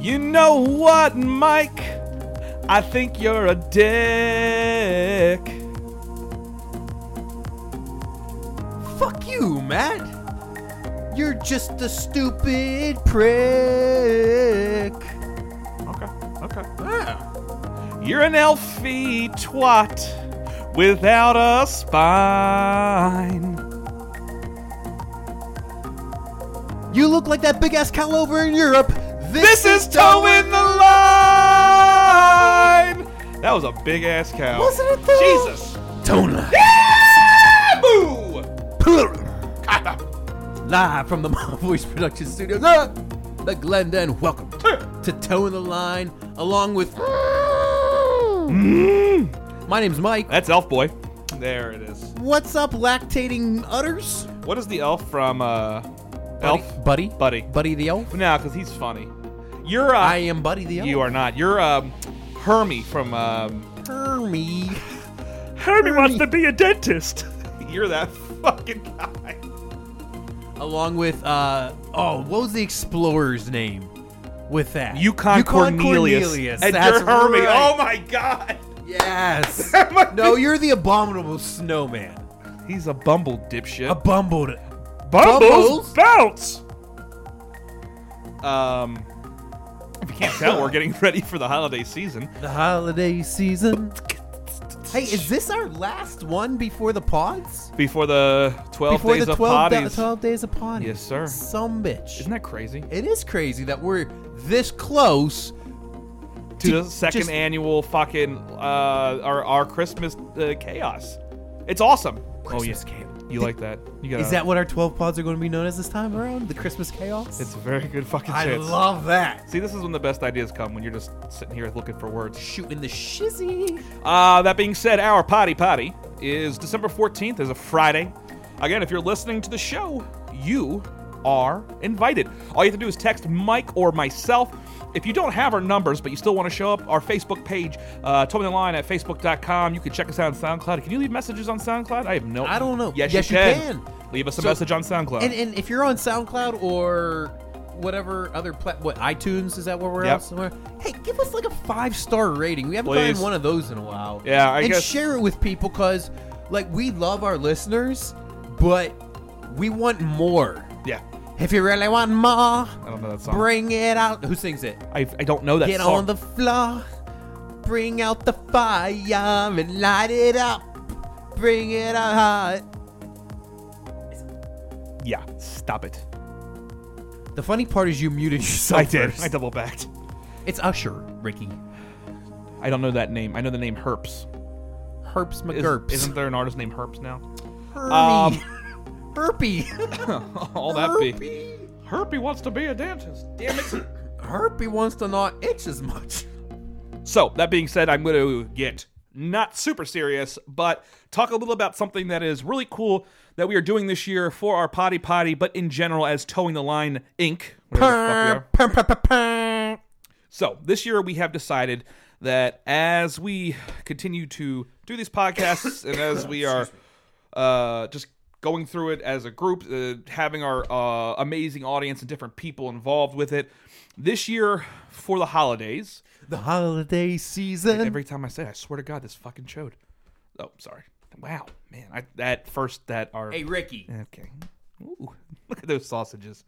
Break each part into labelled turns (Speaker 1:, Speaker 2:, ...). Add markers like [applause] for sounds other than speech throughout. Speaker 1: You know what, Mike? I think you're a dick.
Speaker 2: Fuck you, Matt. You're just a stupid prick.
Speaker 1: Okay, okay.
Speaker 2: Ah,
Speaker 1: You're an elfie twat without a spine.
Speaker 2: you look like that big ass cow over in Europe.
Speaker 1: This is towing the line. That was a big ass cow.
Speaker 2: Wasn't it though?
Speaker 1: Jesus.
Speaker 2: Tona.
Speaker 1: Boo!
Speaker 2: Live from the [laughs] Mom Voice Production Studios, ah, the Glendon. Welcome to Toe in the Line, along with.
Speaker 1: Mm.
Speaker 2: My name's Mike.
Speaker 1: That's Elf Boy. There it is.
Speaker 2: What's up, lactating udders?
Speaker 1: What is the elf from uh, Elf?
Speaker 2: Buddy.
Speaker 1: Buddy.
Speaker 2: Buddy the elf.
Speaker 1: No, because he's funny. You're uh,
Speaker 2: I am Buddy the elf.
Speaker 1: You are not. You're um, Hermie from um,
Speaker 2: Hermie.
Speaker 1: Hermie
Speaker 2: wants to
Speaker 1: be a dentist. [laughs] You're that fucking guy.
Speaker 2: along with uh oh, what was the explorer's name? With that,
Speaker 1: Yukon Cornelius. And
Speaker 2: That's
Speaker 1: you're Hermie.
Speaker 2: right.
Speaker 1: Oh my god.
Speaker 2: Oh. [laughs] yes.
Speaker 1: my
Speaker 2: no, you're the abominable snowman.
Speaker 1: He's a bumble dipshit.
Speaker 2: A bumbled. Bumbles?
Speaker 1: bounce. Um, if you can't tell, we're getting ready for the holiday season.
Speaker 2: The holiday season. Hey, is this our last one before the pods?
Speaker 1: Before the 12
Speaker 2: before
Speaker 1: days
Speaker 2: the
Speaker 1: of
Speaker 2: 12, da-
Speaker 1: potties.
Speaker 2: 12 days of potties.
Speaker 1: Yes, sir.
Speaker 2: Some bitch.
Speaker 1: Isn't that crazy?
Speaker 2: it is crazy that we're this close.
Speaker 1: to the
Speaker 2: Just-
Speaker 1: second
Speaker 2: just-
Speaker 1: annual fucking uh, our our Christmas uh, chaos. It's awesome. oh yes, you like that? You got
Speaker 2: Is that what our 12 pods are going to be known as this time around? The Christmas chaos?
Speaker 1: It's a very good fucking
Speaker 2: I
Speaker 1: chance.
Speaker 2: love that.
Speaker 1: See, this is when the best ideas come when you're just sitting here looking for words.
Speaker 2: Shooting the shizzy.
Speaker 1: Uh, that being said, our potty potty is December 14th, is a Friday. Again, if you're listening to the show, you are invited. All you have to do is text Mike or myself. If you don't have our numbers, but you still want to show up, our Facebook page, uh, Tell Me the Line at facebook.com. You can check us out on SoundCloud. Can you leave messages on SoundCloud? I have no.
Speaker 2: I don't know.
Speaker 1: Yes,
Speaker 2: Yes,
Speaker 1: you,
Speaker 2: you
Speaker 1: can.
Speaker 2: can.
Speaker 1: Leave us a
Speaker 2: So-
Speaker 1: message on SoundCloud.
Speaker 2: And, and if you're on SoundCloud or whatever other plat, what iTunes is that where we're
Speaker 1: Yep.
Speaker 2: at somewhere? Hey, give us like a five star rating. We haven't
Speaker 1: Please.
Speaker 2: gotten one of those in a while.
Speaker 1: Yeah, I
Speaker 2: and
Speaker 1: guess-
Speaker 2: share it with people because like we love our listeners, but we want more.
Speaker 1: yeah,
Speaker 2: If you really want more,
Speaker 1: I don't know that song.
Speaker 2: bring it out. Who sings it?
Speaker 1: I, I don't know that
Speaker 2: Get
Speaker 1: song.
Speaker 2: on the floor, bring out the fire and light it up. Bring it out.
Speaker 1: yeah, stop it.
Speaker 2: The funny part is you muted
Speaker 1: [laughs]
Speaker 2: yourself.
Speaker 1: I did.
Speaker 2: first.
Speaker 1: I double backed.
Speaker 2: It's Usher, Ricky.
Speaker 1: I don't know that name. I know the name Herps.
Speaker 2: Herps
Speaker 1: Is,
Speaker 2: McGurps.
Speaker 1: Isn't there an artist named Herps now?
Speaker 2: Hermy.
Speaker 1: Um, [laughs]
Speaker 2: Herpy.
Speaker 1: All that be.
Speaker 2: Herpy.
Speaker 1: Herpy wants to be a dentist. Damn it.
Speaker 2: Herpy wants to not itch as much.
Speaker 1: so, that being said, I'm going to get not super serious, but talk a little about something that is really cool that we are doing this year for our Potty Potty, but in general as Towing the Line Inc. whatever the fuck we are.
Speaker 2: Purr, purr, purr, purr.
Speaker 1: So this year we have decided that as we continue to do these podcasts and as we are uh, just going through it as a group, uh, having our uh, amazing audience and different people involved with it, this year for the holidays.
Speaker 2: The holiday season.
Speaker 1: Every time I say, it, I swear to God, this fucking showed. Oh, sorry. Wow, man, I, that first that are
Speaker 2: hey, Ricky.
Speaker 1: Okay. Ooh, [laughs] look at those sausages.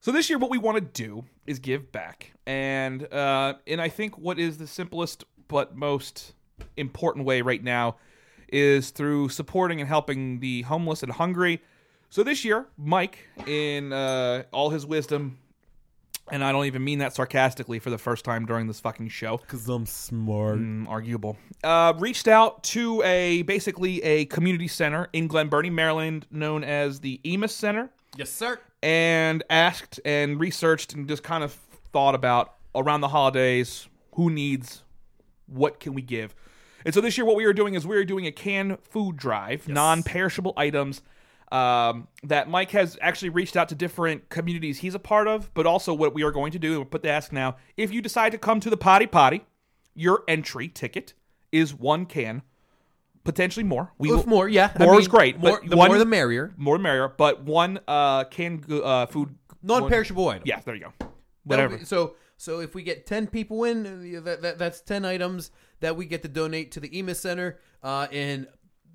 Speaker 1: So this year, what we want to do is give back, and uh, and I think what is the simplest but most important way right now is through supporting and helping the homeless and hungry. So this year, Mike, in uh, all his wisdom, and I don't even mean that sarcastically for the first time during this fucking show,
Speaker 2: Because I'm smart.
Speaker 1: Mm, arguable. Uh, reached out to a basically a community center in Glen Burnie, Maryland, known as the Emus Center,
Speaker 2: Yes, sir.
Speaker 1: and asked and researched and just kind of thought about around the holidays who needs what can we give. And so this year, what we are doing is we are doing a canned food drive, non-perishable items um, that Mike has actually reached out to different communities he's a part of, but also what we are going to do. And we'll put the ask now. If you decide to come to the potty potty, your entry ticket is one can, potentially more. We
Speaker 2: With more, yeah. I
Speaker 1: More is
Speaker 2: mean,
Speaker 1: great, but
Speaker 2: More, the
Speaker 1: one-
Speaker 2: more the merrier.
Speaker 1: more the merrier, but one uh, canned goo- uh, food.
Speaker 2: Non perishable item.
Speaker 1: Yeah, there you go.
Speaker 2: That'll
Speaker 1: Whatever.
Speaker 2: be- so so if we get ten people in, uh, that, that that's ten items that we get to donate to the E EMIS Center uh, and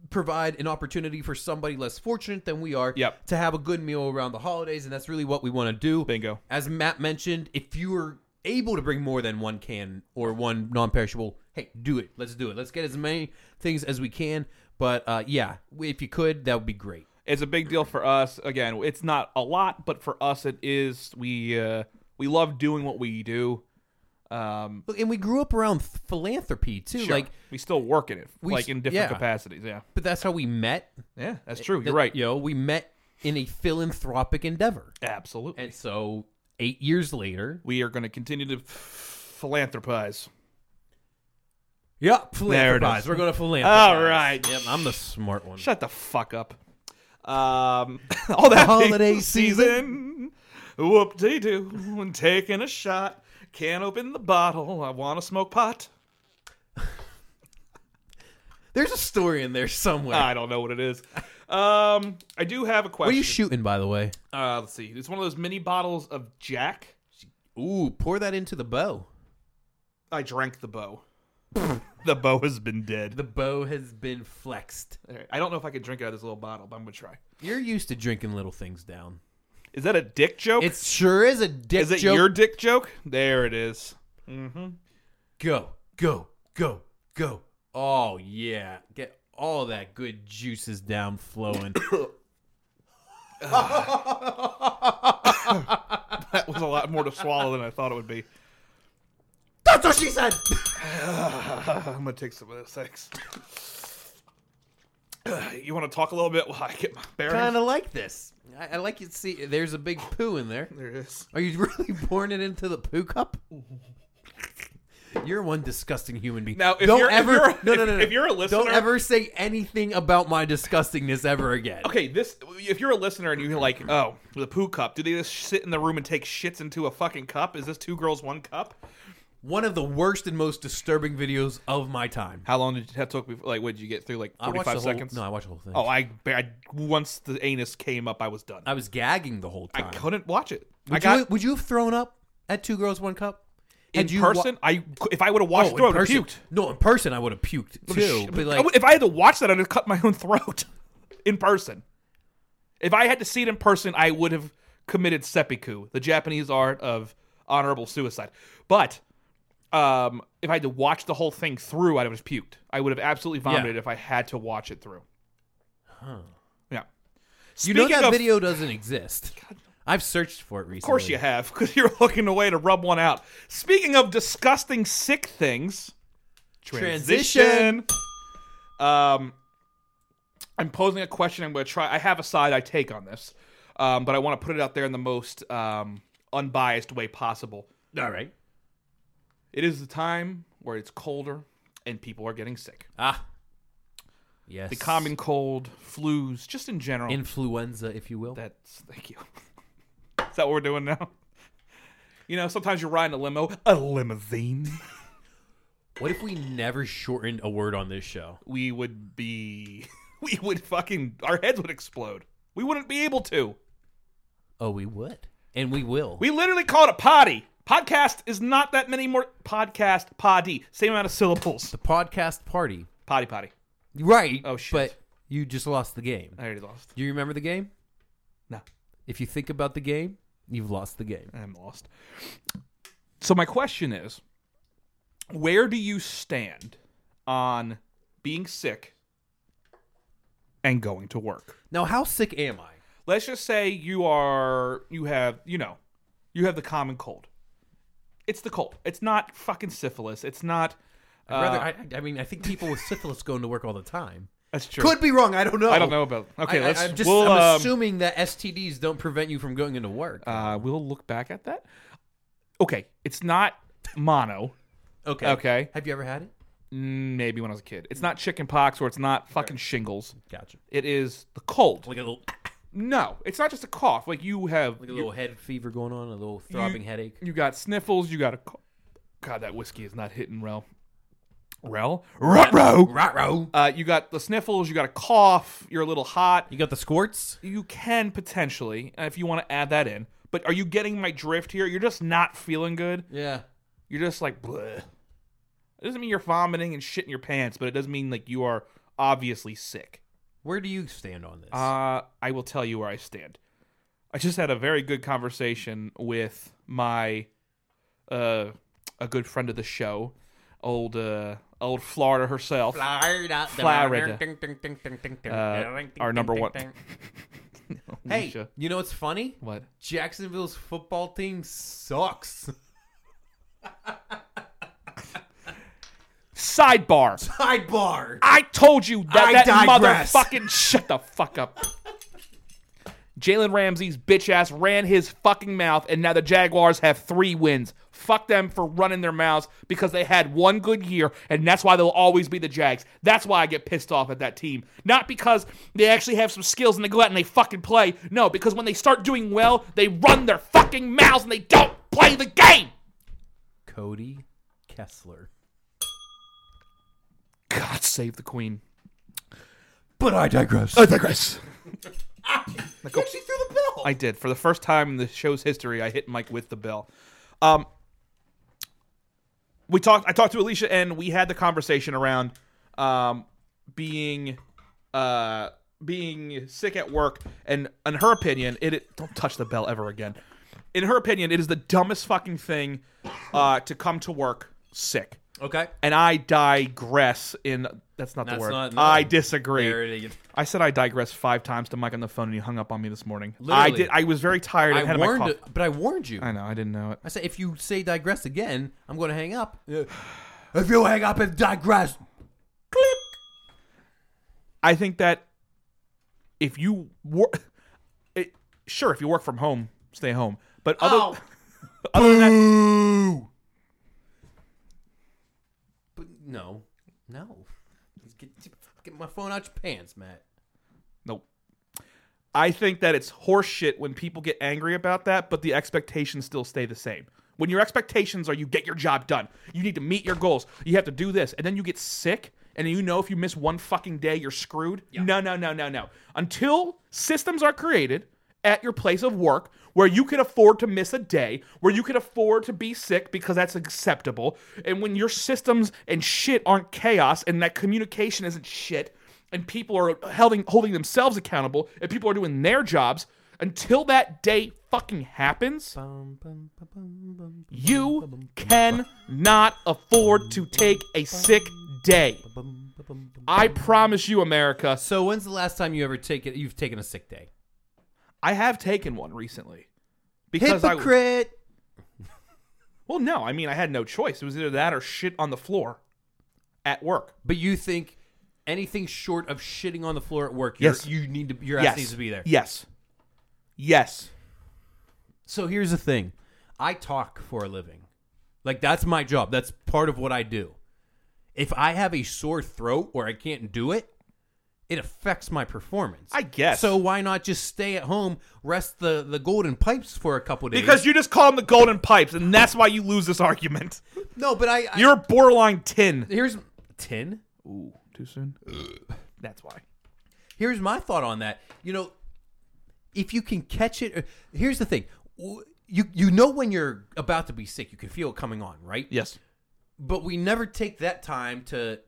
Speaker 2: provide an opportunity for somebody less fortunate than we are
Speaker 1: Yep.
Speaker 2: to have a good meal around the holidays, and that's really what we want to do.
Speaker 1: Bingo.
Speaker 2: As Matt mentioned, if you are able to bring more than one can or one non-perishable, hey, do it. Let's do it. Let's get as many things as we can. But uh, yeah, if you could, that would be great.
Speaker 1: It's a big deal for us. Again, it's not a lot, but for us, it is. We uh, we love doing what we do. Um,
Speaker 2: Look, And we grew up around philanthropy too,
Speaker 1: sure.
Speaker 2: like.
Speaker 1: we still work in it,
Speaker 2: We
Speaker 1: like
Speaker 2: s-
Speaker 1: in different
Speaker 2: yeah.
Speaker 1: capacities. Yeah,
Speaker 2: But that's how we met.
Speaker 1: yeah, that's true.
Speaker 2: that,
Speaker 1: You're right.
Speaker 2: You know, we met in a philanthropic endeavor.
Speaker 1: Absolutely.
Speaker 2: And so eight years later.
Speaker 1: we are going to continue to philanthropize.
Speaker 2: Yeah,
Speaker 1: There it
Speaker 2: philanthropize.
Speaker 1: is.
Speaker 2: We're going to philanthropize.
Speaker 1: All right.
Speaker 2: Yep, I'm the smart one.
Speaker 1: Shut the fuck up. Um, [laughs] all that
Speaker 2: Holiday
Speaker 1: season. Whoop de doo. When taking a shot, can't open the bottle. I want to smoke pot.
Speaker 2: There's a story in there somewhere.
Speaker 1: I don't know what it is. Um, I do have a
Speaker 2: what are
Speaker 1: question.
Speaker 2: you shooting, by the way?
Speaker 1: uh, let's see. It's one of those mini bottles of Jack.
Speaker 2: Ooh, pour that into the bow.
Speaker 1: I drank the bow. [laughs] the bow has been dead.
Speaker 2: The bow has been flexed.
Speaker 1: All right, I don't know if I could drink out of this little bottle, but I'm gonna try.
Speaker 2: You're used to drinking little things down.
Speaker 1: Is that a dick joke?
Speaker 2: It sure is a dick
Speaker 1: is it
Speaker 2: joke.
Speaker 1: your dick joke? There it is.
Speaker 2: go, go, go, go. Oh yeah, get all that good juices down flowing.
Speaker 1: That was a lot more to swallow than I thought it would be.
Speaker 2: [coughs] That's what she said.
Speaker 1: Uh, I'm gonna take some of this. Thanks. [sighs] you want to talk a little bit while I get my bearings?
Speaker 2: Kind of like this. I, I like it. See, there's a big poo in there.
Speaker 1: There it is.
Speaker 2: Are you [laughs] really pouring it into the poo cup? [laughs] You're one disgusting human being.
Speaker 1: Now, if
Speaker 2: don't
Speaker 1: you're- if
Speaker 2: ever,
Speaker 1: you're-
Speaker 2: no, no,
Speaker 1: if-
Speaker 2: no, no.
Speaker 1: if you're a listener-
Speaker 2: don't ever say anything about my disgustingness ever again.
Speaker 1: Okay, this. If you're a listener and you're like, oh, the poo cup. Do they just sit in the room and take shits into a fucking cup? Is this two girls one cup?
Speaker 2: One of the worst and most disturbing videos of my time.
Speaker 1: How long did that took? Before, like, what did you get through? Like
Speaker 2: I watched
Speaker 1: 45
Speaker 2: the whole,
Speaker 1: seconds.
Speaker 2: No, I watched the whole thing.
Speaker 1: Oh, I, I once the anus came up, I was done. I,
Speaker 2: I was gagging the whole time.
Speaker 1: couldn't watch it.
Speaker 2: would,
Speaker 1: I got
Speaker 2: you, would you have thrown up at Two Girls One Cup?
Speaker 1: in
Speaker 2: Had you wa-
Speaker 1: person. I if I would have watched
Speaker 2: Oh,
Speaker 1: it, I
Speaker 2: in
Speaker 1: would have
Speaker 2: person.
Speaker 1: puked.
Speaker 2: No, in person I would have puked too.
Speaker 1: Sh-
Speaker 2: But
Speaker 1: I
Speaker 2: like,
Speaker 1: would- if I had to watch that, I'd have cut my own [laughs] throat in person. If I had to see it in person, I would have committed seppuku, the Japanese art of honorable suicide. But um, if I had to watch the whole thing through, I'd have just puked. I would have absolutely vomited if I had to watch it through. Yeah.
Speaker 2: you know
Speaker 1: Speaking
Speaker 2: that
Speaker 1: of-
Speaker 2: video doesn't exist. I've searched for it recently.
Speaker 1: Of course you have, [laughs] because you're looking away to rub one out. Speaking of disgusting sick things,
Speaker 2: Transition.
Speaker 1: Um, I'm posing a question. I'm going to try. I have a side I take on this, um, but I want to put it out there in the most um, unbiased way possible.
Speaker 2: All right.
Speaker 1: It is the time where it's colder and people are getting sick.
Speaker 2: Ah. Yes.
Speaker 1: The common cold, flus, just in general.
Speaker 2: influenza, if you will.
Speaker 1: That's thank you. [laughs] Is that what we're doing now? You know, sometimes you're riding a limo, a limousine. [laughs]
Speaker 2: what if we never shortened a word on this show?
Speaker 1: We would be, [laughs] we would fucking, our heads would explode. We wouldn't be able to.
Speaker 2: Oh, we would. And we will.
Speaker 1: We literally call it a potty. Podcast is not that many more. Podcast, poddy, same amount of syllables.
Speaker 2: the podcast party.
Speaker 1: Potty, potty.
Speaker 2: Right.
Speaker 1: Oh, shit.
Speaker 2: But you just lost the game.
Speaker 1: I already lost.
Speaker 2: Do you remember the game?
Speaker 1: No,
Speaker 2: If you think about the game, you've lost the game.
Speaker 1: I'm lost. So my question is, where do you stand on being sick and going to work?
Speaker 2: Now, how sick am I?
Speaker 1: let's just say you are you have you know you have the common cold it's the cold it's not fucking syphilis it's not uh,
Speaker 2: Rather, I, I mean, I think people with syphilis going to work all the time.
Speaker 1: that's true
Speaker 2: Could be wrong. I don't know.
Speaker 1: i don't know about okay
Speaker 2: I,
Speaker 1: let's
Speaker 2: am just
Speaker 1: we'll,
Speaker 2: I'm
Speaker 1: um,
Speaker 2: assuming that STDs don't prevent you from going into work.
Speaker 1: uh, we'll look back at that okay it's not mono
Speaker 2: okay.
Speaker 1: okay
Speaker 2: Have you ever had it?
Speaker 1: Mm, maybe when i was a kid it's not chicken pox or it's not fucking shingles
Speaker 2: Gotcha.
Speaker 1: it is the cold
Speaker 2: Like a little,
Speaker 1: no it's not just a cough like you have
Speaker 2: like a little head fever going on, a little throbbing headache.
Speaker 1: You got sniffles. You got a. co- God, that whiskey is not hitting rel. Rel. Ruh-roh.
Speaker 2: Rotro.
Speaker 1: Uh, you got the sniffles. You got a cough. You're a little hot.
Speaker 2: You got the squirts.
Speaker 1: You can potentially, uh, if you want to add that in, But are you getting my drift here? You're just not feeling good.
Speaker 2: Yeah.
Speaker 1: You're just like, bleh. It doesn't mean you're vomiting and shit in your pants, but it does mean like you are obviously sick.
Speaker 2: Where do you stand on this?
Speaker 1: Uh, I will tell you where I stand. I just had a very good conversation with my uh, a good friend of the show, old uh, old Florida herself,
Speaker 2: Florida.
Speaker 1: Florida.
Speaker 2: Uh,
Speaker 1: our number one. [laughs]
Speaker 2: Hey,
Speaker 1: Alicia.
Speaker 2: you know what's funny?
Speaker 1: What?
Speaker 2: Jacksonville's football team sucks. [laughs]
Speaker 1: Sidebar.
Speaker 2: Sidebar.
Speaker 1: I told you that
Speaker 2: I
Speaker 1: that
Speaker 2: digress.
Speaker 1: motherfucking shut the fuck up. Jalen Ramsey's bitch ass ran his fucking mouth, and now the Jaguars have three wins. Fuck them for running their mouths because they had one good year, and that's why they'll always be the Jags. That's why I get pissed off at that team. Not because they actually have some skills and they go out and they fucking play. No, because when they start doing well, they run their fucking mouths and they don't play the game.
Speaker 2: Cody Kessler.
Speaker 1: God save the Queen.
Speaker 2: But I digress.
Speaker 1: Uh,
Speaker 2: I
Speaker 1: digress.
Speaker 2: actually threw the bell.
Speaker 1: I did. For the first time in the show's history, I hit Mike with the bell. Um, we talked. I talked to Alicia, and we had the conversation around um, being uh, being sick at work. And in her opinion, it, it don't touch the bell ever again. In her opinion, it is the dumbest fucking thing uh, to come to work sick.
Speaker 2: okay.
Speaker 1: And I digress. In that's not the
Speaker 2: That's
Speaker 1: word.
Speaker 2: not- no.
Speaker 1: I disagree.
Speaker 2: There it is.
Speaker 1: I said I digress five times to Mike on the phone, and he hung up on me this morning. I
Speaker 2: Literally.
Speaker 1: did. I was very tired. and
Speaker 2: I
Speaker 1: had my
Speaker 2: warned,
Speaker 1: cough.
Speaker 2: but I warned you.
Speaker 1: I know. I didn't know it.
Speaker 2: I said, if you say digress again, I'm going to hang up. [sighs] If you hang up and digress, click.
Speaker 1: I think that if you work, [laughs] it, sure, if you work from home, stay home. But other, [laughs]
Speaker 2: Oh.
Speaker 1: other than that,
Speaker 2: Boo. But no, no. Just Get, get my phone out your pants, Matt.
Speaker 1: nope. I think that it's horseshit when people get angry about that, but the expectations still stay the same. When your expectations are you get your job done, you need to meet your goals, you have to do this, and then you get sick, and you know if you miss one fucking day, you're screwed. No, no, no, no, no. Until systems are created at your place of work where you can afford to miss a day, where you can afford to be sick because that's acceptable, and when your systems and shit aren't chaos and that communication isn't shit, and people are holding holding themselves accountable and people are doing their jobs until that day fucking happens you cannot afford to take a sick day i promise you america
Speaker 2: So when's the last time you ever taken you've taken a sick day?
Speaker 1: i have taken one recently because i was,
Speaker 2: Hypocrite.
Speaker 1: well no i mean i had no choice it was either that or shit on the floor at work
Speaker 2: But you think anything short of shitting on the floor at work, you're,
Speaker 1: Yes.
Speaker 2: you need to your ass needs to be there.
Speaker 1: yes yes
Speaker 2: So here's the thing. I talk for a living. Like that's my job. That's part of what I do. If I have a sore throat or I can't do it, it affects my performance.
Speaker 1: I guess.
Speaker 2: So why not just stay at home, rest the, the golden pipes for a couple days?
Speaker 1: because you just call them the golden pipes and that's why you lose this
Speaker 2: [laughs]
Speaker 1: argument
Speaker 2: no, but I, I
Speaker 1: you're borderline tin
Speaker 2: here's tin.
Speaker 1: Ooh, too soon. That's why.
Speaker 2: here's my thought on that. You know, if you can catch it, uh, here's the thing. W- You you know when you're about to be sick, you can feel it coming on, right?
Speaker 1: Yes.
Speaker 2: But we never take that time to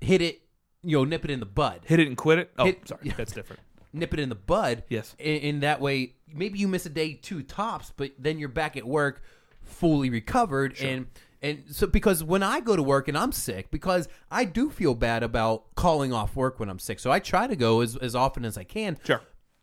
Speaker 2: hit it, you know, nip it in the bud.
Speaker 1: Hit it and quit it. Oh,
Speaker 2: Hit-
Speaker 1: sorry,
Speaker 2: yeah.
Speaker 1: that's [laughs] different.
Speaker 2: Nip it in the bud.
Speaker 1: Yes.
Speaker 2: In, in that way, maybe you miss a day two tops, but then you're back at work fully recovered and and so because when I go to work and I'm sick, because I do feel bad about calling off work when I'm sick. So I try to go as, as often as I can
Speaker 1: Sure.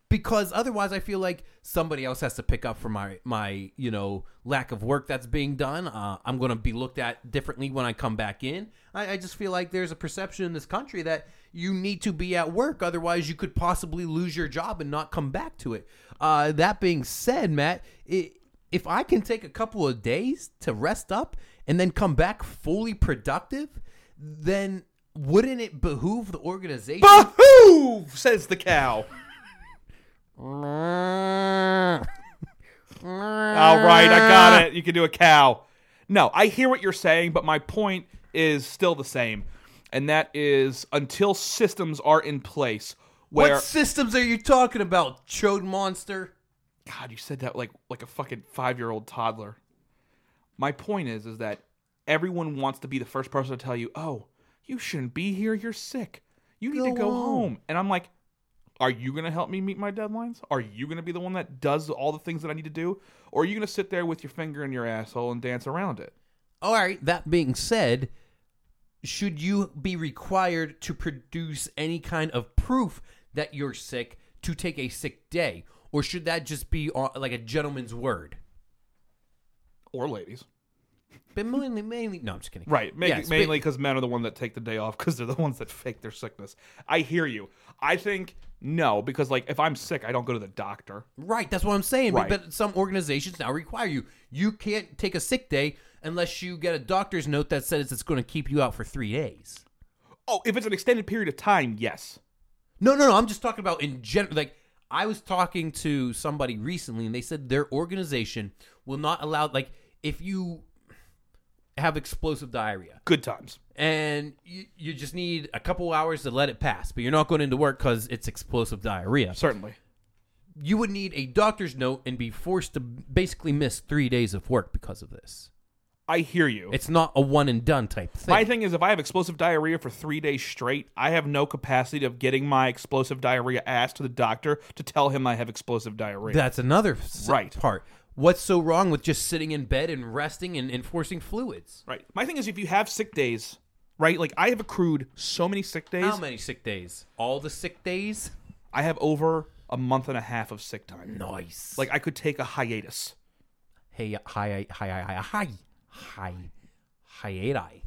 Speaker 2: because otherwise I feel like somebody else has to pick up for my my you know lack of work that's being done. Uh, I'm going to be looked at differently when I come back in. I, I just feel like there's a perception in this country that you need to be at work, otherwise you could possibly lose your job and not come back to it. Uh, that being said, Matt, i if I can take a couple of days to rest up and then come back fully productive, then wouldn't it behoove the organization?
Speaker 1: Bahoo! Says the cow. All right, I got it. You can do a cow. No, I hear what you're saying, but my point is still the same, and that is until systems are in place where
Speaker 2: What systems are you talking about, Chode Monster?
Speaker 1: God, you said that like like a fucking five year old toddler. My point is, is that everyone wants to be the first person to tell you, "Oh, you shouldn't be here. You're sick. You need to
Speaker 2: Go
Speaker 1: go
Speaker 2: home."
Speaker 1: home." And I'm like, "Are you gonna help me meet my deadlines? Are you gonna be the one that does all the things that I need to do, or are you gonna sit there with your finger in your asshole and dance around it?"
Speaker 2: All right. That being said, should you be required to produce any kind of proof that you're sick to take a sick day, or should that just be on, like a gentleman's word?
Speaker 1: Or ladies,
Speaker 2: But mainly, mainly, no, I'm just kidding.
Speaker 1: right? Mainly,
Speaker 2: Yes, but-
Speaker 1: mainly because men are the one that take the day off because they're the [laughs] ones that fake their sickness. I hear you. I think no, because like if I'm sick, I don't go to the doctor.
Speaker 2: Right, that's what I'm saying.
Speaker 1: Right.
Speaker 2: But some organizations now require you. You can't take a sick day unless you get a doctor's note that says it's going to keep you out for three days.
Speaker 1: Oh, if it's an extended period of time, yes.
Speaker 2: No, no, no. I'm just talking about in general. Like, I was talking to somebody recently, and they said their organization will not allow. Like, if you have explosive diarrhea
Speaker 1: Good times.
Speaker 2: and you, you just need a couple hours to let it pass, but you're not going into work because it's explosive diarrhea,
Speaker 1: Certainly.
Speaker 2: you would need a doctor's note and be forced to basically miss three days of work because of this.
Speaker 1: I hear you.
Speaker 2: It's not a one and done type thing.
Speaker 1: My thing is, if I have explosive diarrhea for three days straight, I have no capacity of getting my explosive diarrhea ass to the doctor to tell him I have explosive diarrhea.
Speaker 2: That's another s-
Speaker 1: Right.
Speaker 2: part. What's so wrong with just sitting in bed and resting and enforcing fluids?
Speaker 1: right. My thing is, if you have sick days, right? Like I have accrued so many sick days.
Speaker 2: How many sick days? All the sick days?
Speaker 1: I have over a month and a half of sick time.
Speaker 2: Nice. Like
Speaker 1: Like I could take a hiatus.
Speaker 2: hey, hi, hi, hi, hi, hi, hi, hiati.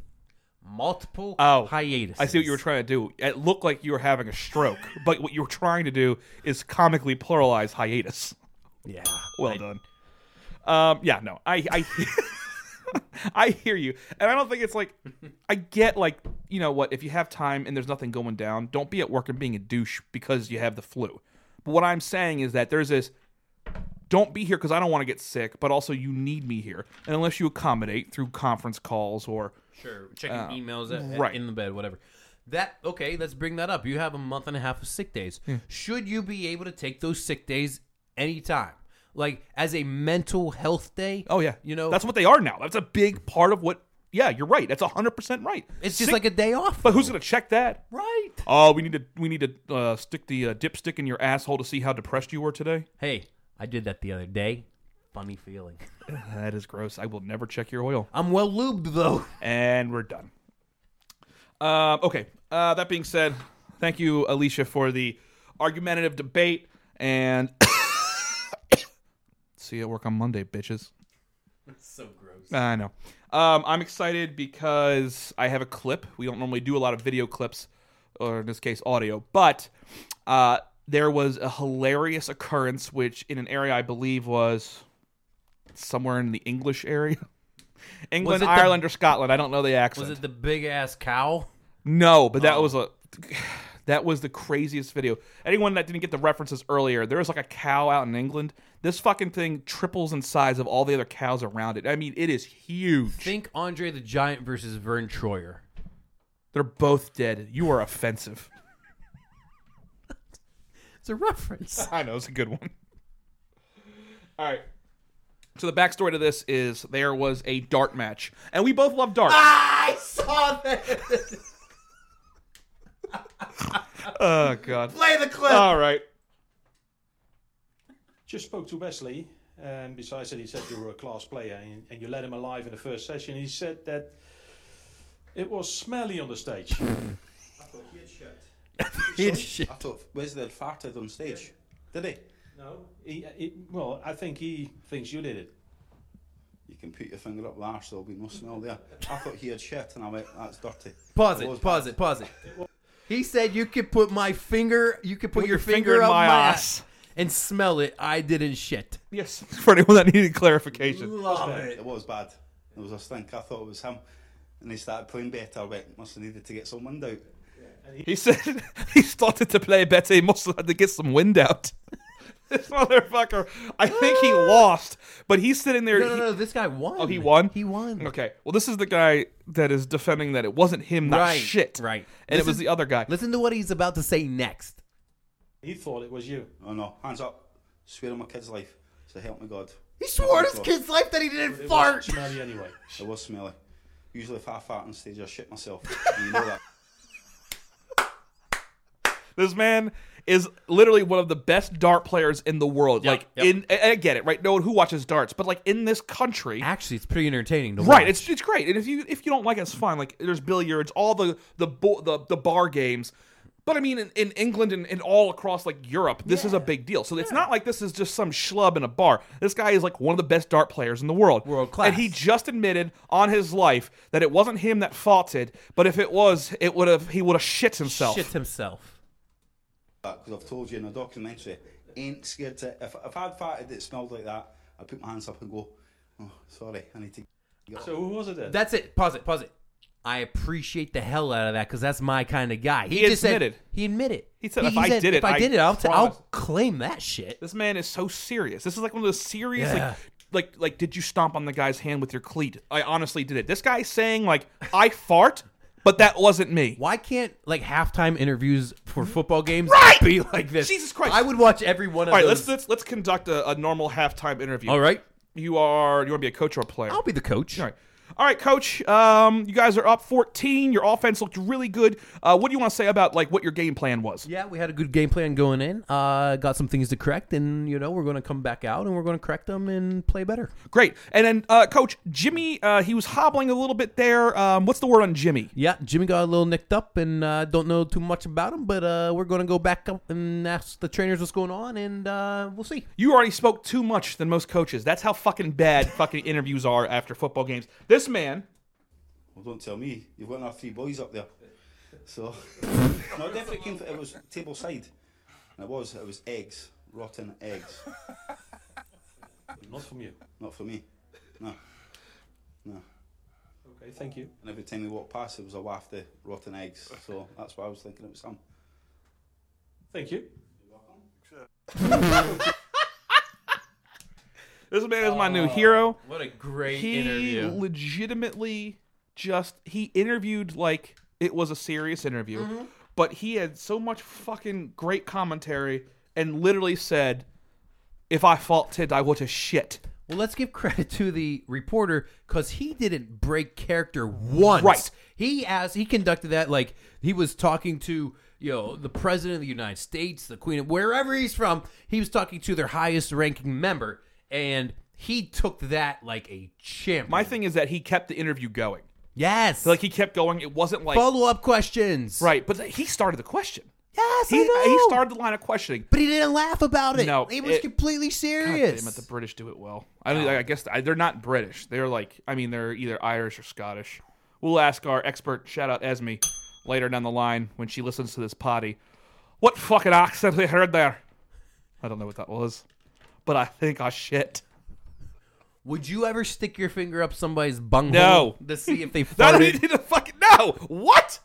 Speaker 2: Multiple
Speaker 1: Oh,
Speaker 2: hiatus.
Speaker 1: I see what you were trying to do. It looked like you were having a stroke, but what you were trying to do is comically pluralize hiatus.
Speaker 2: Yeah.
Speaker 1: Well done. Um, yeah, no, I, I, [laughs] I hear you, and I don't think it's like I get like you know what if you have time and there's nothing going down, don't be at work and being a douche because you have the flu. But what I'm saying is that there's this don't be here because I don't want to get sick, but also you need me here, and unless you accommodate through conference calls or
Speaker 2: Sure. Checking emails at,
Speaker 1: oh. right.
Speaker 2: in the bed, whatever. That okay, let's bring that up. You have a month and a half of sick days.
Speaker 1: Hmm.
Speaker 2: Should you be able to take those sick days anytime? Like as a mental health day?
Speaker 1: oh yeah,
Speaker 2: You know,
Speaker 1: that's what they are now. That's a big part of what. Yeah, you're right. That's hundred percent right.
Speaker 2: it's just
Speaker 1: Sick-
Speaker 2: like a day off.
Speaker 1: but who's gonna check that?
Speaker 2: right?
Speaker 1: Oh, we need to we need to uh, stick the uh, dipstick in your asshole to see how depressed you were today.
Speaker 2: Hey, I did that the other day. Funny feeling.
Speaker 1: That is gross. I will never check your oil.
Speaker 2: I'm well lubed though.
Speaker 1: And we're done. Um, okay. Uh, that being said, thank you, Alicia, for the argumentative debate. And [coughs] see you at work on Monday, bitches.
Speaker 2: so gross.
Speaker 1: I know. Um, I'm excited because I have a clip. We don't normally do a lot of video clips, or in this case, audio. But uh, there was a hilarious occurrence, which in an area I believe was somewhere in the English area. [laughs] England,
Speaker 2: it the-
Speaker 1: Ireland, or Scotland. I don't know the accent.
Speaker 2: Was it Oh. the big ass cow?
Speaker 1: No, but that was a that was the craziest video. Anyone that didn't get the references earlier, there was like a cow out in England. This fucking thing triples in size of all the other cows around it. I mean, it is huge.
Speaker 2: Think Andre the Giant versus Vern Troyer.
Speaker 1: They're both dead. You are offensive.
Speaker 2: It's a reference.
Speaker 1: I know it's a good one. All right. So the backstory to this is there was a dart match, and we both love darts.
Speaker 2: [laughs] I saw that.
Speaker 1: Oh God!
Speaker 2: Play the clip.
Speaker 1: All right.
Speaker 3: Just spoke to Wesley, and besides that, he said you were a class player and, and you let him alive in the first session. He said that it was smelly on the stage.
Speaker 4: thought he had shit.
Speaker 2: It's shit.
Speaker 4: I thought Wesley had farted on stage. Did he?
Speaker 3: No, he, he, well, I think he thinks you did it.
Speaker 4: You can put your finger up the arse, there'll be no smell there. I thought he had shit, and I went, that's dirty.
Speaker 2: Pause
Speaker 4: was-
Speaker 2: it. Pause it. Pause it. He said you could put my finger. You could put, your, finger,
Speaker 1: in
Speaker 2: up
Speaker 1: my
Speaker 2: my,
Speaker 1: ass.
Speaker 2: ass and smell it. I didn't shit.
Speaker 1: Yes. For anyone that needed clarification.
Speaker 2: Love
Speaker 4: It was bad. There was a stink, I thought it was him. And he started playing better, I went, must have needed to get some wind out.
Speaker 1: He said [laughs] he started to play better. He must have had to get some wind out. [laughs] this motherfucker. I think he lost, but he's sitting there.
Speaker 2: No, no,
Speaker 1: he-
Speaker 2: no. This guy won.
Speaker 1: Oh, he won.
Speaker 2: He won.
Speaker 1: Okay. Well, this is the guy that is defending that it wasn't him, not
Speaker 2: Right,
Speaker 1: shit.
Speaker 2: right.
Speaker 1: And
Speaker 2: This
Speaker 1: it was
Speaker 2: is-
Speaker 1: the other guy.
Speaker 2: Listen to what he's about to say next.
Speaker 3: He thought it was you.
Speaker 4: Oh no, hands up. Swear on my kid's life. So help me God.
Speaker 2: He swore on
Speaker 4: Help
Speaker 2: his
Speaker 4: me God.
Speaker 2: kid's life that he didn't
Speaker 3: But it
Speaker 2: fart.
Speaker 3: was smelly anyway.
Speaker 4: It was smelly. Usually if I fart on stage, I shit myself. And you know that.
Speaker 1: This man is literally one of the best dart players in the world. like
Speaker 2: yep.
Speaker 1: in, and I get it, right? No one who watches darts, but like in this country,
Speaker 2: Actually, it's pretty entertaining. To
Speaker 1: right?
Speaker 2: watch.
Speaker 1: It's it's great, and if you if you don't like it, it's fine. Like there's billiards, all the the bo- the, the bar games. But I mean, in, in England and, and all across like Europe, this is a big deal. So it's not like this is just some schlub in a bar. This guy is like one of the best dart players in the world,
Speaker 2: World class.
Speaker 1: And he just admitted on his life that it wasn't him that farted, but if it was, it would have he would have shit himself.
Speaker 2: shit himself.
Speaker 4: Because I've told you in a documentary, ain't scared to. If, if I'd farted that smelled like that, I'd put my hands up and go, oh, sorry, I need to.
Speaker 3: So who was it then?
Speaker 2: That's it. Pause it. Pause it. I appreciate the hell out of that because that's my kind of guy. He,
Speaker 1: He
Speaker 2: just said-
Speaker 1: admitted.
Speaker 2: he admitted.
Speaker 1: He said, "If I did it,
Speaker 2: if I,
Speaker 1: I
Speaker 2: did it, I'll, t- I'll
Speaker 1: promise."
Speaker 2: claim that shit."
Speaker 1: This man is so serious. This is like one of those serious,
Speaker 2: Yeah.
Speaker 1: like, like, like, did you stomp on the guy's hand with your cleat? I honestly did it. This guy's saying like, I fart, but that wasn't me.
Speaker 2: Why can't like halftime interviews for football games
Speaker 1: Right!
Speaker 2: be like this?
Speaker 1: Jesus Christ.
Speaker 2: I would watch every one of
Speaker 1: All right,
Speaker 2: those.
Speaker 1: let's let's let's conduct a, a normal halftime interview.
Speaker 2: All right,
Speaker 1: you are you want to be a coach or a player?
Speaker 2: I'll be the coach.
Speaker 1: All right. All right, coach. Um, you guys are up 14. Your offense looked really good. Uh, what do you want to say about like what your game plan was?
Speaker 2: Yeah, we had a good game plan going in. Uh, got some things to correct, and you know we're going to come back out and we're going to correct them and play better.
Speaker 1: Great. And then uh, coach Jimmy, uh, he was hobbling a little bit there. Um, what's the word on Jimmy?
Speaker 2: Yeah, Jimmy got a little nicked up, and uh, don't know too much about him, but uh, we're going to go back up and ask the trainers what's going on, and uh, we'll see.
Speaker 1: You already spoke too much than most coaches. That's how fucking
Speaker 2: [laughs]
Speaker 1: bad fucking interviews are after football games. This man,
Speaker 4: Well, don't tell me. You've got our three boys up there. So, [laughs] no, it definitely came. It was table side, and it was. It was eggs, rotten eggs.
Speaker 3: Not from you.
Speaker 4: Not for me. No, no.
Speaker 3: Okay, thank you.
Speaker 4: And every time we walked past, it was a waft of rotten eggs. So that's why I was thinking it was um, Sam.
Speaker 3: Thank you.
Speaker 1: this man is my new hero.
Speaker 2: Oh, What a great
Speaker 1: He legitimately just he interviewed like it was a serious interview,
Speaker 2: Mm-hmm.
Speaker 1: but he had so much fucking great commentary and literally said, "If I faulted, I would have shit."
Speaker 2: Well, let's give credit to the reporter because he didn't break character once.
Speaker 1: Right.
Speaker 2: He asked. He conducted that like he was talking to you know the president of the United States, the Queen, wherever he's from. He was talking to their highest ranking member, and he took that like a champ.
Speaker 1: My thing is that he kept the interview going.
Speaker 2: yes,
Speaker 1: Like he kept going. It wasn't like
Speaker 2: follow up questions.
Speaker 1: right, but he started the question.
Speaker 2: Yes,
Speaker 1: He,
Speaker 2: I know.
Speaker 1: he started the line of questioning.
Speaker 2: but he didn't laugh about it.
Speaker 1: No,
Speaker 2: he was
Speaker 1: it-
Speaker 2: completely
Speaker 1: God
Speaker 2: serious.
Speaker 1: damn it, the British do it well. I don't. I guess I, they're not British. They're like, I mean, they're either Irish or Scottish. We'll ask our expert. Shout out Esme later down the line when she listens to this potty. What fucking accent we heard there? I don't know what that was, but I think I shit. [laughs]
Speaker 2: Would you ever stick your finger up somebody's bunghole
Speaker 1: No.
Speaker 2: to see if
Speaker 1: [laughs]
Speaker 2: they
Speaker 1: That
Speaker 2: farted?
Speaker 1: did a fucking no. What?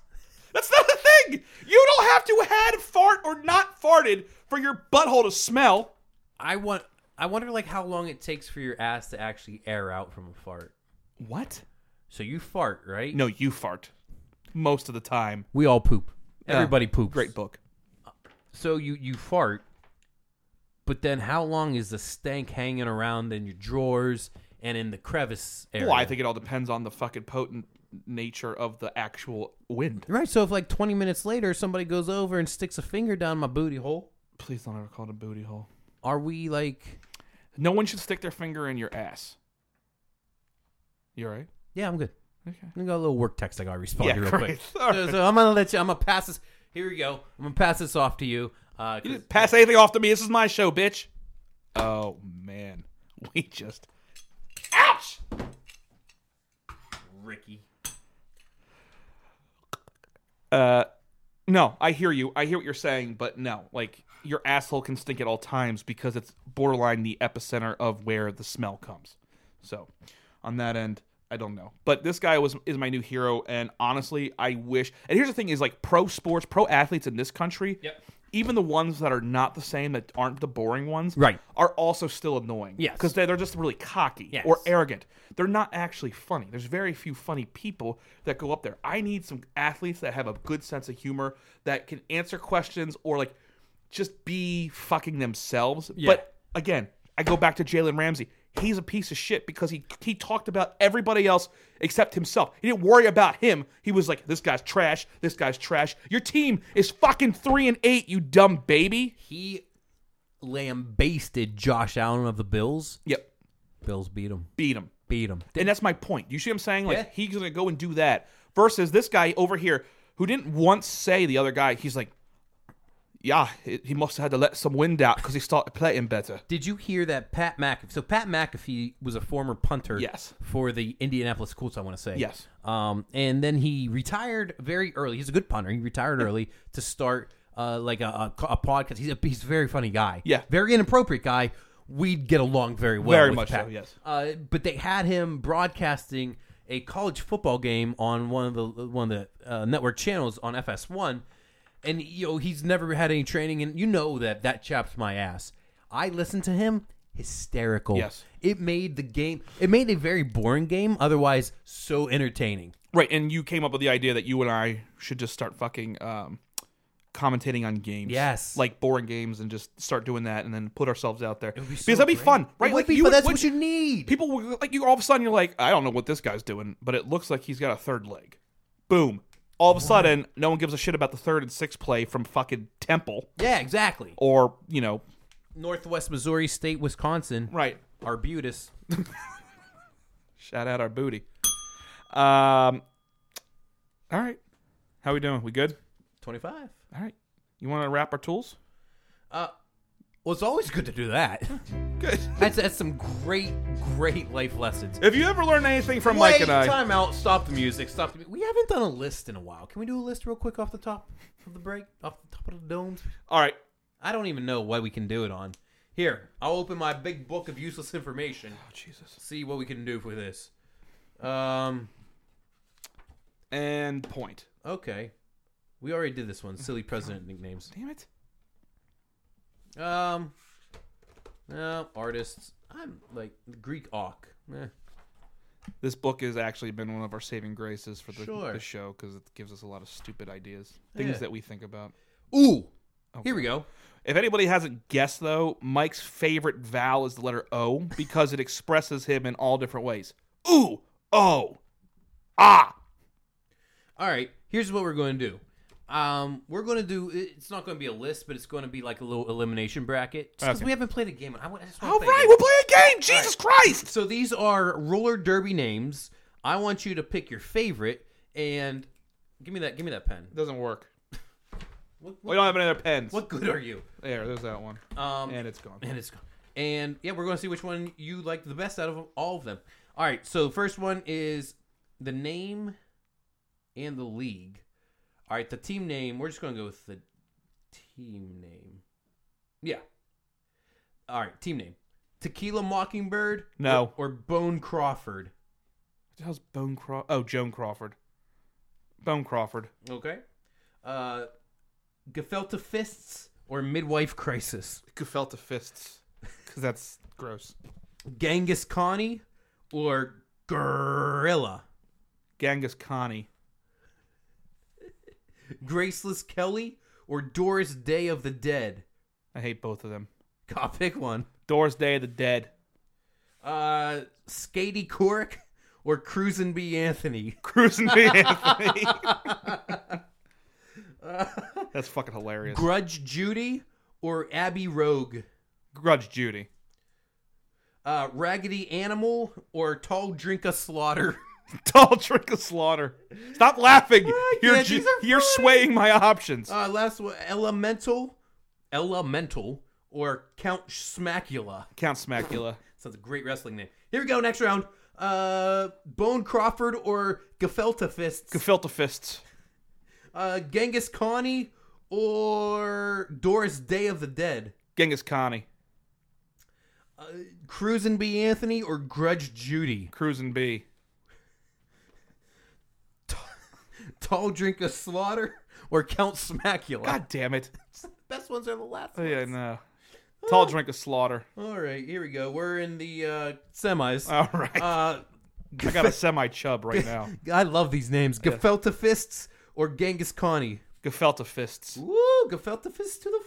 Speaker 1: That's not a thing. You don't have to had fart or not farted for your butthole to smell.
Speaker 2: I want. I wonder like how long it takes for your ass to actually air out from a fart.
Speaker 1: What?
Speaker 2: So you fart, right?
Speaker 1: No, you fart most of the time.
Speaker 2: we all poop. Everybody poops.
Speaker 1: Great book.
Speaker 2: So you you fart, but then how long is the stank hanging around in your drawers and in the crevice area?
Speaker 1: Well, I think it all depends on the fucking potent nature of the actual wind.
Speaker 2: right. So if like twenty minutes later somebody goes over and sticks a finger down my booty hole,
Speaker 1: Please don't ever call it a booty hole.
Speaker 2: are we like?
Speaker 1: No one should stick their finger in your ass. You all right?
Speaker 2: Yeah, I'm good.
Speaker 1: Okay.
Speaker 2: I got a little work text I got to respond
Speaker 1: Yeah,
Speaker 2: to real quick.
Speaker 1: great. [laughs] All
Speaker 2: So,
Speaker 1: right.
Speaker 2: so I'm gonna let you. I'm gonna pass this. Here we go. I'm gonna pass this off to you. Uh, 'cause-
Speaker 1: You didn't pass anything off to me. This is my show, bitch. Oh man, [laughs] we just. Ouch!
Speaker 2: Ricky.
Speaker 1: Uh, no, I hear you. I hear what you're saying, but no, like your asshole can stink at all times because it's borderline the epicenter of where the smell comes. So, on that end, I don't know. But this guy was is my new hero, and honestly, I wish. And here's the thing: is like pro sports, pro athletes in this country.
Speaker 2: Yep.
Speaker 1: Even the ones that are not the same, that aren't the boring ones,
Speaker 2: Right.
Speaker 1: are also still annoying.
Speaker 2: Yes.
Speaker 1: because they're just really cocky
Speaker 2: Yes.
Speaker 1: or arrogant. They're not actually funny. There's very few funny people that go up there. I need some athletes that have a good sense of humor that can answer questions or like just be fucking themselves.
Speaker 2: Yeah.
Speaker 1: But again, I go back to Jalen Ramsey. He's a piece of shit because he he talked about everybody else except himself. He didn't worry about him. He was like, "This guy's trash. This guy's trash. Your team is fucking three and eight. You dumb baby."
Speaker 2: He lambasted Josh Allen of the Bills.
Speaker 1: Yep,
Speaker 2: Bills beat him.
Speaker 1: beat him.
Speaker 2: Beat him.
Speaker 1: And that's my point. You see what I'm saying? Like
Speaker 2: Yeah.
Speaker 1: he's gonna go and do that versus this guy over here who didn't once say the other guy. He's like, yeah, he he must have had to let some wind out because he started playing better.
Speaker 2: Did you hear that Pat McAfee? So Pat McAfee was a former punter.
Speaker 1: Yes.
Speaker 2: For the Indianapolis Colts, I want to say.
Speaker 1: Yes.
Speaker 2: Um, and then he retired very early. He's a good punter. He retired early to start uh, like a, a, co- a podcast. He's a he's a very funny guy.
Speaker 1: Yeah.
Speaker 2: Very inappropriate guy. We'd get along very well.
Speaker 1: Very
Speaker 2: with
Speaker 1: much
Speaker 2: Pat.
Speaker 1: so, yes.
Speaker 2: Uh, but they had him broadcasting a college football game on one of the one of the uh, network channels on FS1, and you know he's never had any training, and you know that that chaps my ass. I listened to him hysterical.
Speaker 1: Yes.
Speaker 2: it made the game. It made a very boring game, otherwise so entertaining.
Speaker 1: Right, and you came up with the idea that you and I should just start fucking um, commentating on games.
Speaker 2: Yes.
Speaker 1: like boring games, and just start doing that, and then put ourselves out there
Speaker 2: would be
Speaker 1: because
Speaker 2: so
Speaker 1: that'd be
Speaker 2: great.
Speaker 1: fun,
Speaker 2: It
Speaker 1: right?
Speaker 2: would be
Speaker 1: you
Speaker 2: fun. That's
Speaker 1: would-
Speaker 2: what you need.
Speaker 1: People would- like you. All of a sudden, you're like, I don't know what this guy's doing, but it looks like he's got a third leg. Boom! All of a sudden, no one gives a shit about the third and sixth play from fucking Temple
Speaker 2: Yeah, exactly.
Speaker 1: or you know,
Speaker 2: Northwest Missouri State, Wisconsin,
Speaker 1: right?
Speaker 2: Arbutus.
Speaker 1: Shout out our booty. Um, all right, how we doing? We good?
Speaker 2: Twenty-five.
Speaker 1: All right, you want to wrap our tools?
Speaker 2: Uh, well, it's always good to do that.
Speaker 1: [laughs] Good.
Speaker 2: That's that's some great, great life lessons.
Speaker 1: If you ever learn anything from Mike
Speaker 2: Wait,
Speaker 1: and I,
Speaker 2: time out. Stop the music. Stop the. mu- We haven't done a list in a while. Can we do a list real quick off the top of the break, off the top of the domes?
Speaker 1: all right,
Speaker 2: I don't even know what we can do it on. Here, I'll open my big book of useless information.
Speaker 1: oh, Jesus,
Speaker 2: See what we can do for this. Um.
Speaker 1: and point.
Speaker 2: Okay. We already did this one. Silly president nicknames.
Speaker 1: Damn it!
Speaker 2: Um. No artists. I'm like Greek Auk. Eh.
Speaker 1: This book has actually been one of our saving graces for the,
Speaker 2: Sure.
Speaker 1: the show because it gives us a lot of stupid ideas, things
Speaker 2: Yeah.
Speaker 1: that we think about.
Speaker 2: Ooh.
Speaker 1: Oh,
Speaker 2: Here we go.
Speaker 1: If anybody hasn't guessed though, Mike's favorite vowel is the letter O because it expresses him in all different ways. Ooh, oh, ah.
Speaker 2: All right, here's what we're going to do. Um, we're going to do. It's not going to be a list, but it's going to be like a little elimination bracket. Because
Speaker 1: Okay.
Speaker 2: we haven't played a game. I, wa- I just wanna
Speaker 1: All
Speaker 2: play a
Speaker 1: right,
Speaker 2: game.
Speaker 1: we'll play a game. Jesus Christ!
Speaker 2: So these are roller derby names. I want you to pick your favorite and give me that. Give me that pen.
Speaker 1: It doesn't work.
Speaker 2: What, what,
Speaker 1: We don't have any other pens.
Speaker 2: what good are you?
Speaker 1: There, there's that one,
Speaker 2: Um,
Speaker 1: and it's gone.
Speaker 2: and it's and yeah, we're going to see which one you liked the best out of all of them. All right, so the first one is the name and the league. All right, the team name. We're just going to go with the team name. Yeah. All right, team name. Tequila Mockingbird.
Speaker 1: No.
Speaker 2: Or, or Bone Crawford.
Speaker 1: How's Bone Crawford? Oh, Joan Crawford. Bone Crawford.
Speaker 2: Okay. Uh, Gefelta Fists or Midwife Crisis.
Speaker 1: Gefelta fists, because that's gross.
Speaker 2: Genghis Connie or Gorilla.
Speaker 1: Genghis Connie.
Speaker 2: Graceless Kelly or Doris Day of the Dead?
Speaker 1: I hate both of them.
Speaker 2: God, pick one.
Speaker 1: Doris Day of the Dead.
Speaker 2: Uh, Skady Cork or Cruisin' B. Anthony?
Speaker 1: Cruising
Speaker 2: [laughs]
Speaker 1: me, Anthony. that's fucking hilarious.
Speaker 2: Grudge Judy or Abby Rogue?
Speaker 1: Grudge Judy. [laughs]
Speaker 2: Uh, Raggedy Animal or Tall Drink of Slaughter? [laughs]
Speaker 1: Tall trick of slaughter. Stop laughing. You're,
Speaker 2: can't.
Speaker 1: ju-
Speaker 2: These are
Speaker 1: you're swaying my options.
Speaker 2: Uh, last one, Elemental, Elemental or Count Smackula?
Speaker 1: Count Smackula.
Speaker 2: Sounds a great wrestling name. Here we go, next round. Uh, Bone Crawford or Gefelta Fists?
Speaker 1: Gefilte fists.
Speaker 2: uh, Genghis Connie or Doris Day of the Dead?
Speaker 1: Genghis Connie.
Speaker 2: Cruisin' B. Anthony or Grudge Judy? [laughs]
Speaker 1: Cruising B.
Speaker 2: Tall Drink of Slaughter or Count Smackula?
Speaker 1: God damn it.
Speaker 2: best ones are the last
Speaker 1: Oh,
Speaker 2: ones.
Speaker 1: yeah, no. Tall drink of slaughter.
Speaker 2: All right, here we go. We're in the uh, semis.
Speaker 1: All right.
Speaker 2: Uh,
Speaker 1: I got a semi chub right
Speaker 2: [laughs]
Speaker 1: now.
Speaker 2: I love these names. Gefelta Fists or Genghis Connie?
Speaker 1: Gefelta fists.
Speaker 2: Woo, Gefelta Fists to the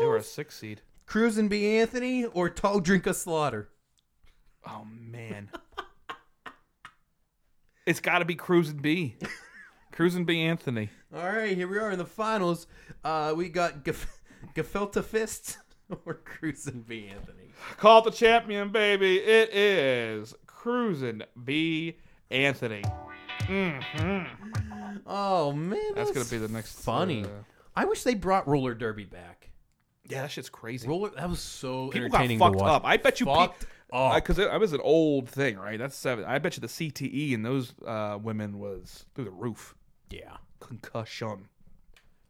Speaker 1: They were
Speaker 2: final.
Speaker 1: a six seed.
Speaker 2: Cruz and B. Anthony or Tall Drink of Slaughter?
Speaker 1: Oh man. it's got to be Cruz and B. Cruz and B Anthony.
Speaker 2: All right, here we are in the finals. Uh, we got Gef- [laughs] Gefelta Fist [laughs] or Cruz and B. Anthony.
Speaker 1: Call it the champion, baby. It is Cruisin' B. Anthony.
Speaker 2: Oh man,
Speaker 1: That's gonna be the next
Speaker 2: funny.
Speaker 1: uh,
Speaker 2: I wish they brought roller derby back.
Speaker 1: yeah, that shit's crazy.
Speaker 2: Roller that was so
Speaker 1: People got
Speaker 2: entertaining
Speaker 1: fucked
Speaker 2: to watch. oh,
Speaker 1: up. I bet you
Speaker 2: Fucked up.
Speaker 1: because it, it was an old thing, right? That's seven. I bet you the CTE in those uh, women was through the roof.
Speaker 2: yeah.
Speaker 1: Concussion.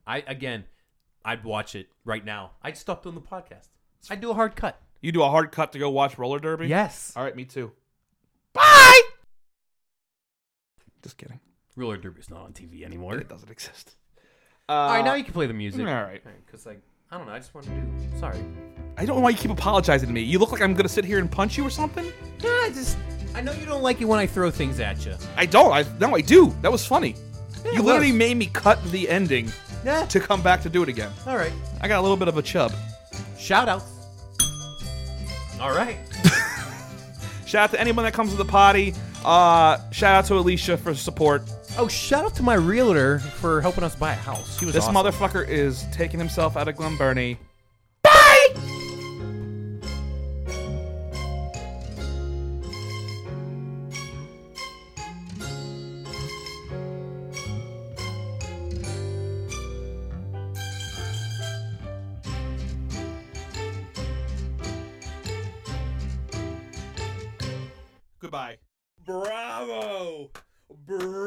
Speaker 2: I again, I'd watch it right now. I'd stop doing the podcast. I'd do a hard cut.
Speaker 1: You do a hard cut to go watch roller derby.
Speaker 2: Yes.
Speaker 1: All right, me too. Bye. Just kidding.
Speaker 2: Roller derby's not on TV anymore.
Speaker 1: It doesn't exist.
Speaker 2: All right, now you can play the music.
Speaker 1: All right.
Speaker 2: Because like I don't know, I just want to do. Sorry.
Speaker 1: I don't know why you keep apologizing to me. You look like I'm gonna sit here and punch you or something.
Speaker 2: No, I just I know you don't like it when I throw things at you.
Speaker 1: I don't. I no, I do. That was funny.
Speaker 2: it
Speaker 1: you literally
Speaker 2: was.
Speaker 1: made me cut the ending
Speaker 2: Yeah.
Speaker 1: to come back to do it again.
Speaker 2: All right.
Speaker 1: I got a little bit of a chub.
Speaker 2: Shout outs. All right.
Speaker 1: Shout out to anyone that comes to the potty. Uh, shout out to Alicia for support.
Speaker 2: Oh, shout out to my realtor for helping us buy a house. He was
Speaker 1: This
Speaker 2: awesome.
Speaker 1: motherfucker is taking himself out of Glenburnie. Goodbye. Bravo! Bravo!